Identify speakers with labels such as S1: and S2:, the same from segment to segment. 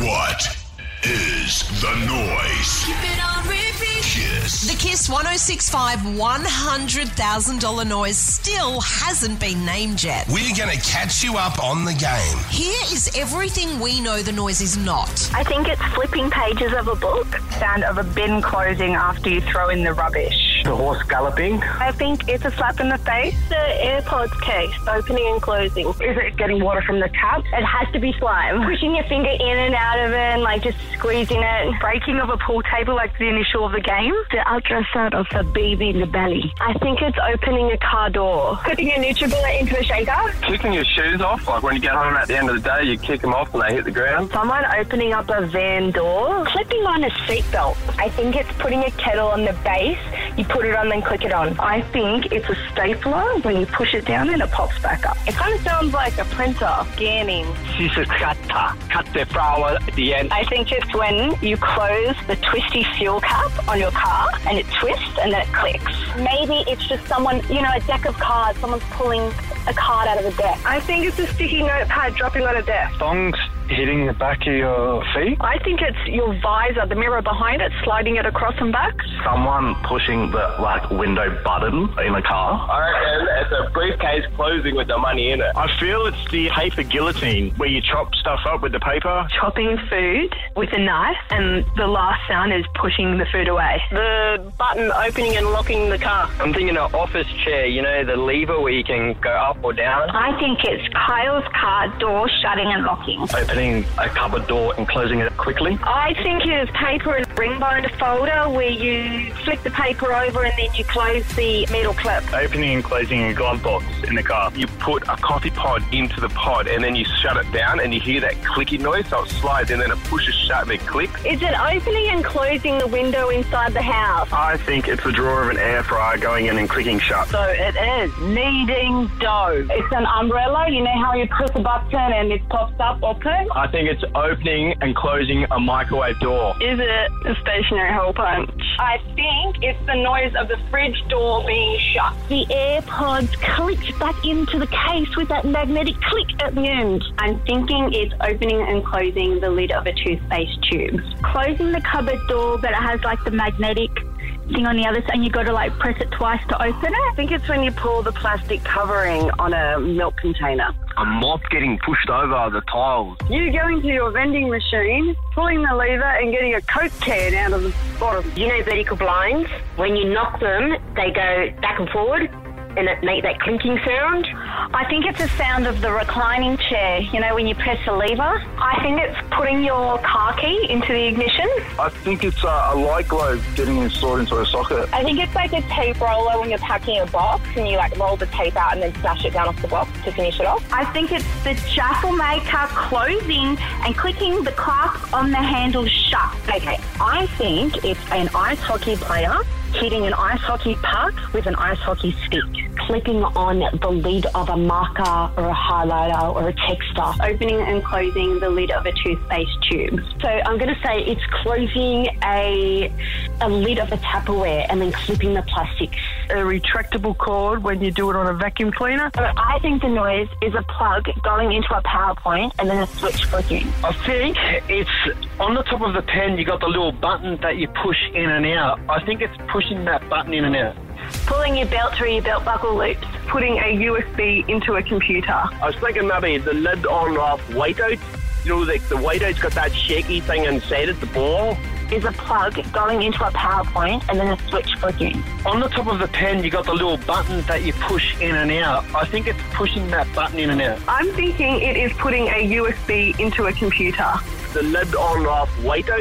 S1: What is the noise?
S2: Keep it on repeat.
S1: Kiss.
S3: The Kiss 1065 $100,000 noise still hasn't been named yet.
S1: We're going to catch you up on the game.
S3: Here is everything we know the noise is not.
S4: I think it's flipping pages of a book.
S5: sound of a bin closing after you throw in the rubbish.
S6: The horse galloping?
S4: I think it's a slap in the face. The AirPods case, opening and closing.
S5: Is it getting water from the tap?
S4: It has to be slime. Pushing your finger in and out of it and like just squeezing it.
S5: Breaking of a pool table like the initial of the game?
S7: the ultrasound of the baby in the belly.
S4: I think it's opening a car door. Putting a Nutribullet into a shaker.
S6: Kicking your shoes off, like when you get home at the end of the day, you kick them off and they hit the ground.
S4: Someone opening up a van door. Clipping on a seatbelt. I think it's putting a kettle on the base. You put it on, then click it on. I think it's a stapler. When you push it down, then it pops back up. It kind of sounds like a printer scanning.
S6: She's a cutter. Cut the flower at the end.
S4: I think it's when you close the twisty fuel cap on your car and it twists and then it clicks. Maybe it's just someone, you know, a deck of cards. Someone's pulling a card out of a deck. I think it's a sticky notepad dropping on a desk.
S6: Thongs hitting the back of your feet.
S5: I think it's your visor, the mirror behind it, sliding it across and back.
S6: Someone pushing the like window button in a car.
S8: I reckon it's a briefcase closing with the money in it.
S9: I feel it's the paper guillotine where you chop stuff up with the paper.
S7: Chopping food with a knife, and the last sound is pushing the food away.
S4: The button opening and locking the car.
S6: I'm thinking an office chair, you know, the lever where you can go up or down.
S4: I think it's Kyle's car door shutting and locking.
S6: Opening a cupboard door and closing it quickly.
S4: I think it's paper and ring binder folder where you flick the paper over and then you close the metal clip.
S9: Opening and closing a glove box in the car.
S8: You put a coffee pod into the pod and then you shut it down and you hear that clicky noise, so it slides and then it pushes shut and it clicks.
S4: Is it opening and closing the window inside the house?
S9: I think it's the drawer of an air fryer going in and clicking shut.
S5: So it is kneading dough.
S4: It's an umbrella. You know how you press a button and it pops up open?
S9: I think it's opening and closing a microwave door.
S7: Is it a stationary hole punch?
S4: I think it's the noise of the fridge door being shut.
S7: The AirPods clicked back into the case with that magnetic click at the end.
S4: I'm thinking it's opening and closing the lid of a toothpaste tube.
S7: Closing the cupboard door, but it has like the magnetic thing on the other side, and you got to like press it twice to open it.
S5: I think it's when you pull the plastic covering on a milk container.
S6: A mop getting pushed over the tiles.
S4: You going to your vending machine, pulling the lever and getting a Coke can out of the bottom.
S10: You know vertical blinds? When you knock them, they go back and forward and it make that clinking sound.
S4: I think it's the sound of the reclining chair, you know, when you press the lever. I think it's putting your car key into the ignition.
S9: I think it's uh, a, a light globe getting installed into a socket.
S4: I think it's like a tape roller when you're packing a box and you like roll the tape out and then smash it down off the box to finish it off.
S7: I think it's the jaffle maker closing and clicking the clasp on the handle shut.
S10: Okay, I think it's an ice hockey player hitting an ice hockey puck with an ice hockey stick, clicking on the lid of a marker or a highlighter or a texter.
S4: Opening and closing the lid of a toothpaste tube.
S10: So I'm going to say it's closing a, a lid of a Tupperware and then clipping the plastic.
S5: A retractable cord when you do it on a vacuum cleaner.
S10: I think the noise is a plug going into a PowerPoint and then a switch flicking.
S6: I think it's on the top of the pen, you got the little button that you push in and out. I think it's pushing that button in and out.
S4: Pulling your belt through your belt buckle loops.
S5: Putting a USB into a computer.
S8: I was thinking maybe the lid on off white out. You know, like the white out's got that shaky thing inside it, the ball.
S10: Is a plug going into a PowerPoint and then a switch flicking.
S6: On the top of the pen, you got the little button that you push in and out. I think it's pushing that button in and out.
S5: I'm thinking it is putting a USB into a computer.
S8: The lid on off white out.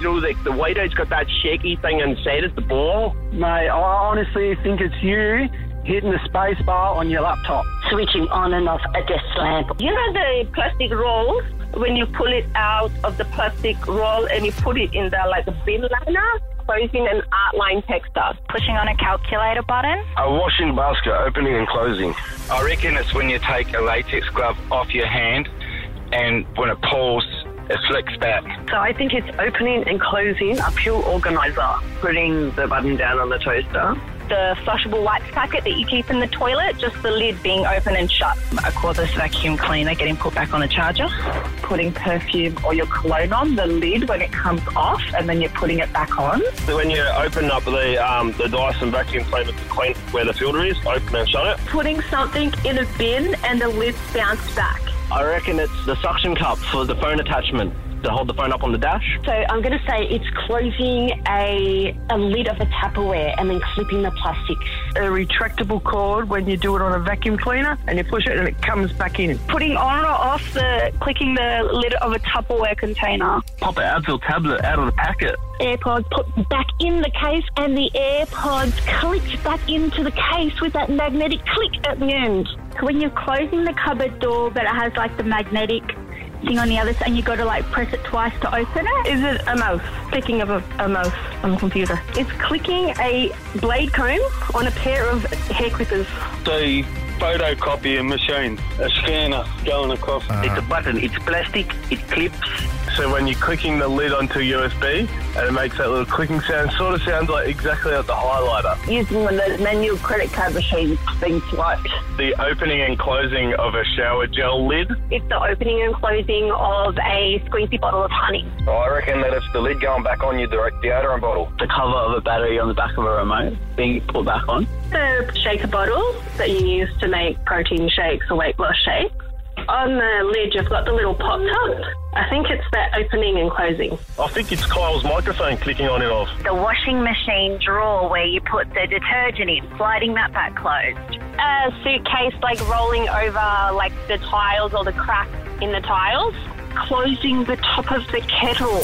S8: You know, like the white out's got that shaky thing inside it, the ball.
S6: Mate, I honestly think it's you hitting the space bar on your laptop.
S10: Switching on and off a desk lamp.
S4: You know the plastic rolls when you pull it out of the plastic roll and you put it in the like the bin liner? Closing an outline texter. Pushing on a calculator button.
S6: A washing basket opening and closing.
S9: I reckon it's when you take a latex glove off your hand and when it pulls, it flicks back.
S5: So I think it's opening and closing a pill organizer. Putting the button down on the toaster.
S4: the flushable wipes packet that you keep in the toilet, just the lid being open and shut. I call this vacuum cleaner getting put back on the charger. Putting perfume or your cologne on the lid when it comes off, and then you're putting it back on.
S2: When you open up the um, the Dyson vacuum cleaner to clean where the filter is, open and shut it.
S11: Putting something in a bin and the lid bounced back.
S12: I reckon it's the suction cup for the phone attachment to hold the phone up on the dash.
S10: So I'm going to say it's closing a, a lid of a Tupperware and then clipping the plastic.
S13: A retractable cord when you do it on a vacuum cleaner and you push it and it comes back in.
S14: Putting on or off the clicking the lid of a Tupperware container.
S9: Pop an Advil tablet out of the packet.
S11: AirPods put back in the case and the AirPods clicked back into the case with that magnetic click at the end.
S7: When you're closing the cupboard door but it has like the magnetic thing on the other side and you got to like press it twice to open it.
S4: Is it a mouse? Clicking of a, a mouse on the computer. It's clicking a blade comb on a pair of hair clippers.
S15: The photocopy machine, a scanner going across.
S16: Uh-huh. It's a button, it's plastic, it clips.
S8: So when you're clicking the lid onto USB and it makes that little clicking sound, sort of sounds like exactly like the highlighter.
S5: Using the manual credit card machine, things like
S8: the opening and closing of a shower gel lid.
S4: It's the opening and closing of a squeezy bottle of honey.
S9: Oh, I reckon that it's the lid going back on your direct deodorant bottle.
S12: The cover of a battery on the back of a remote being put back on.
S5: The shaker bottle that you use to make protein shakes or weight loss shakes. On the lid, you've got the little pop top. I think it's that opening and closing.
S8: I think it's Kyle's microphone clicking on and off.
S17: The washing machine drawer where you put the detergent in, sliding that back closed.
S14: A suitcase like rolling over like the tiles or the cracks in the tiles.
S5: Closing the top of the kettle.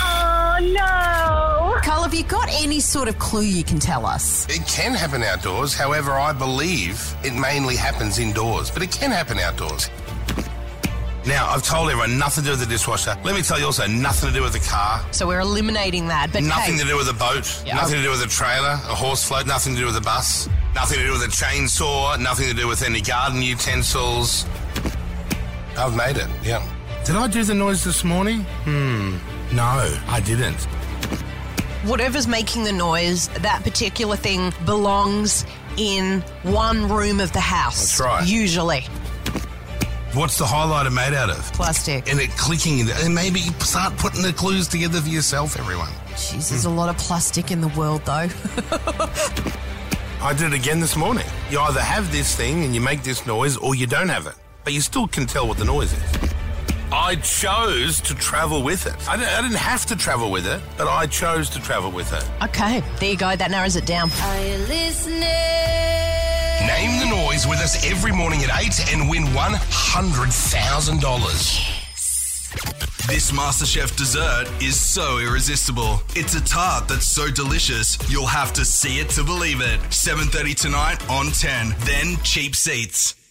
S14: Oh no!
S3: Carl, have you got any sort of clue you can tell us?
S1: It can happen outdoors, however, I believe it mainly happens indoors, but it can happen outdoors. Now, I've told everyone nothing to do with the dishwasher. Let me tell you also, nothing to do with the car.
S3: So we're eliminating that, but
S1: Nothing
S3: hey,
S1: to do with a boat,
S3: Yeah.
S1: nothing to do with a trailer, a horse float, nothing to do with a bus, nothing to do with a chainsaw, nothing to do with any garden utensils. I've made it, yeah. Did I do the noise this morning? Hmm. No, I didn't.
S3: whatever's making the noise, that particular thing belongs in one room of the house.
S1: That's right.
S3: Usually.
S1: What's the highlighter made out of?
S3: Plastic.
S1: And it clicking, in there. and maybe start putting the clues together for yourself, everyone.
S3: Jeez, there's a lot of plastic in the world, though.
S1: I did it again this morning. You either have this thing and you make this noise, or you don't have it, but you still can tell what the noise is. I chose to travel with it. I didn't, I didn't have to travel with it, but I chose to travel with it.
S3: okay, there you go. That narrows it down.
S18: Are you listening?
S1: Name the noise with us every morning at 8 and win $100,000.
S19: This MasterChef dessert is so irresistible. It's a tart that's so delicious, you'll have to see it to believe it. 7:30 tonight on 10, then cheap seats.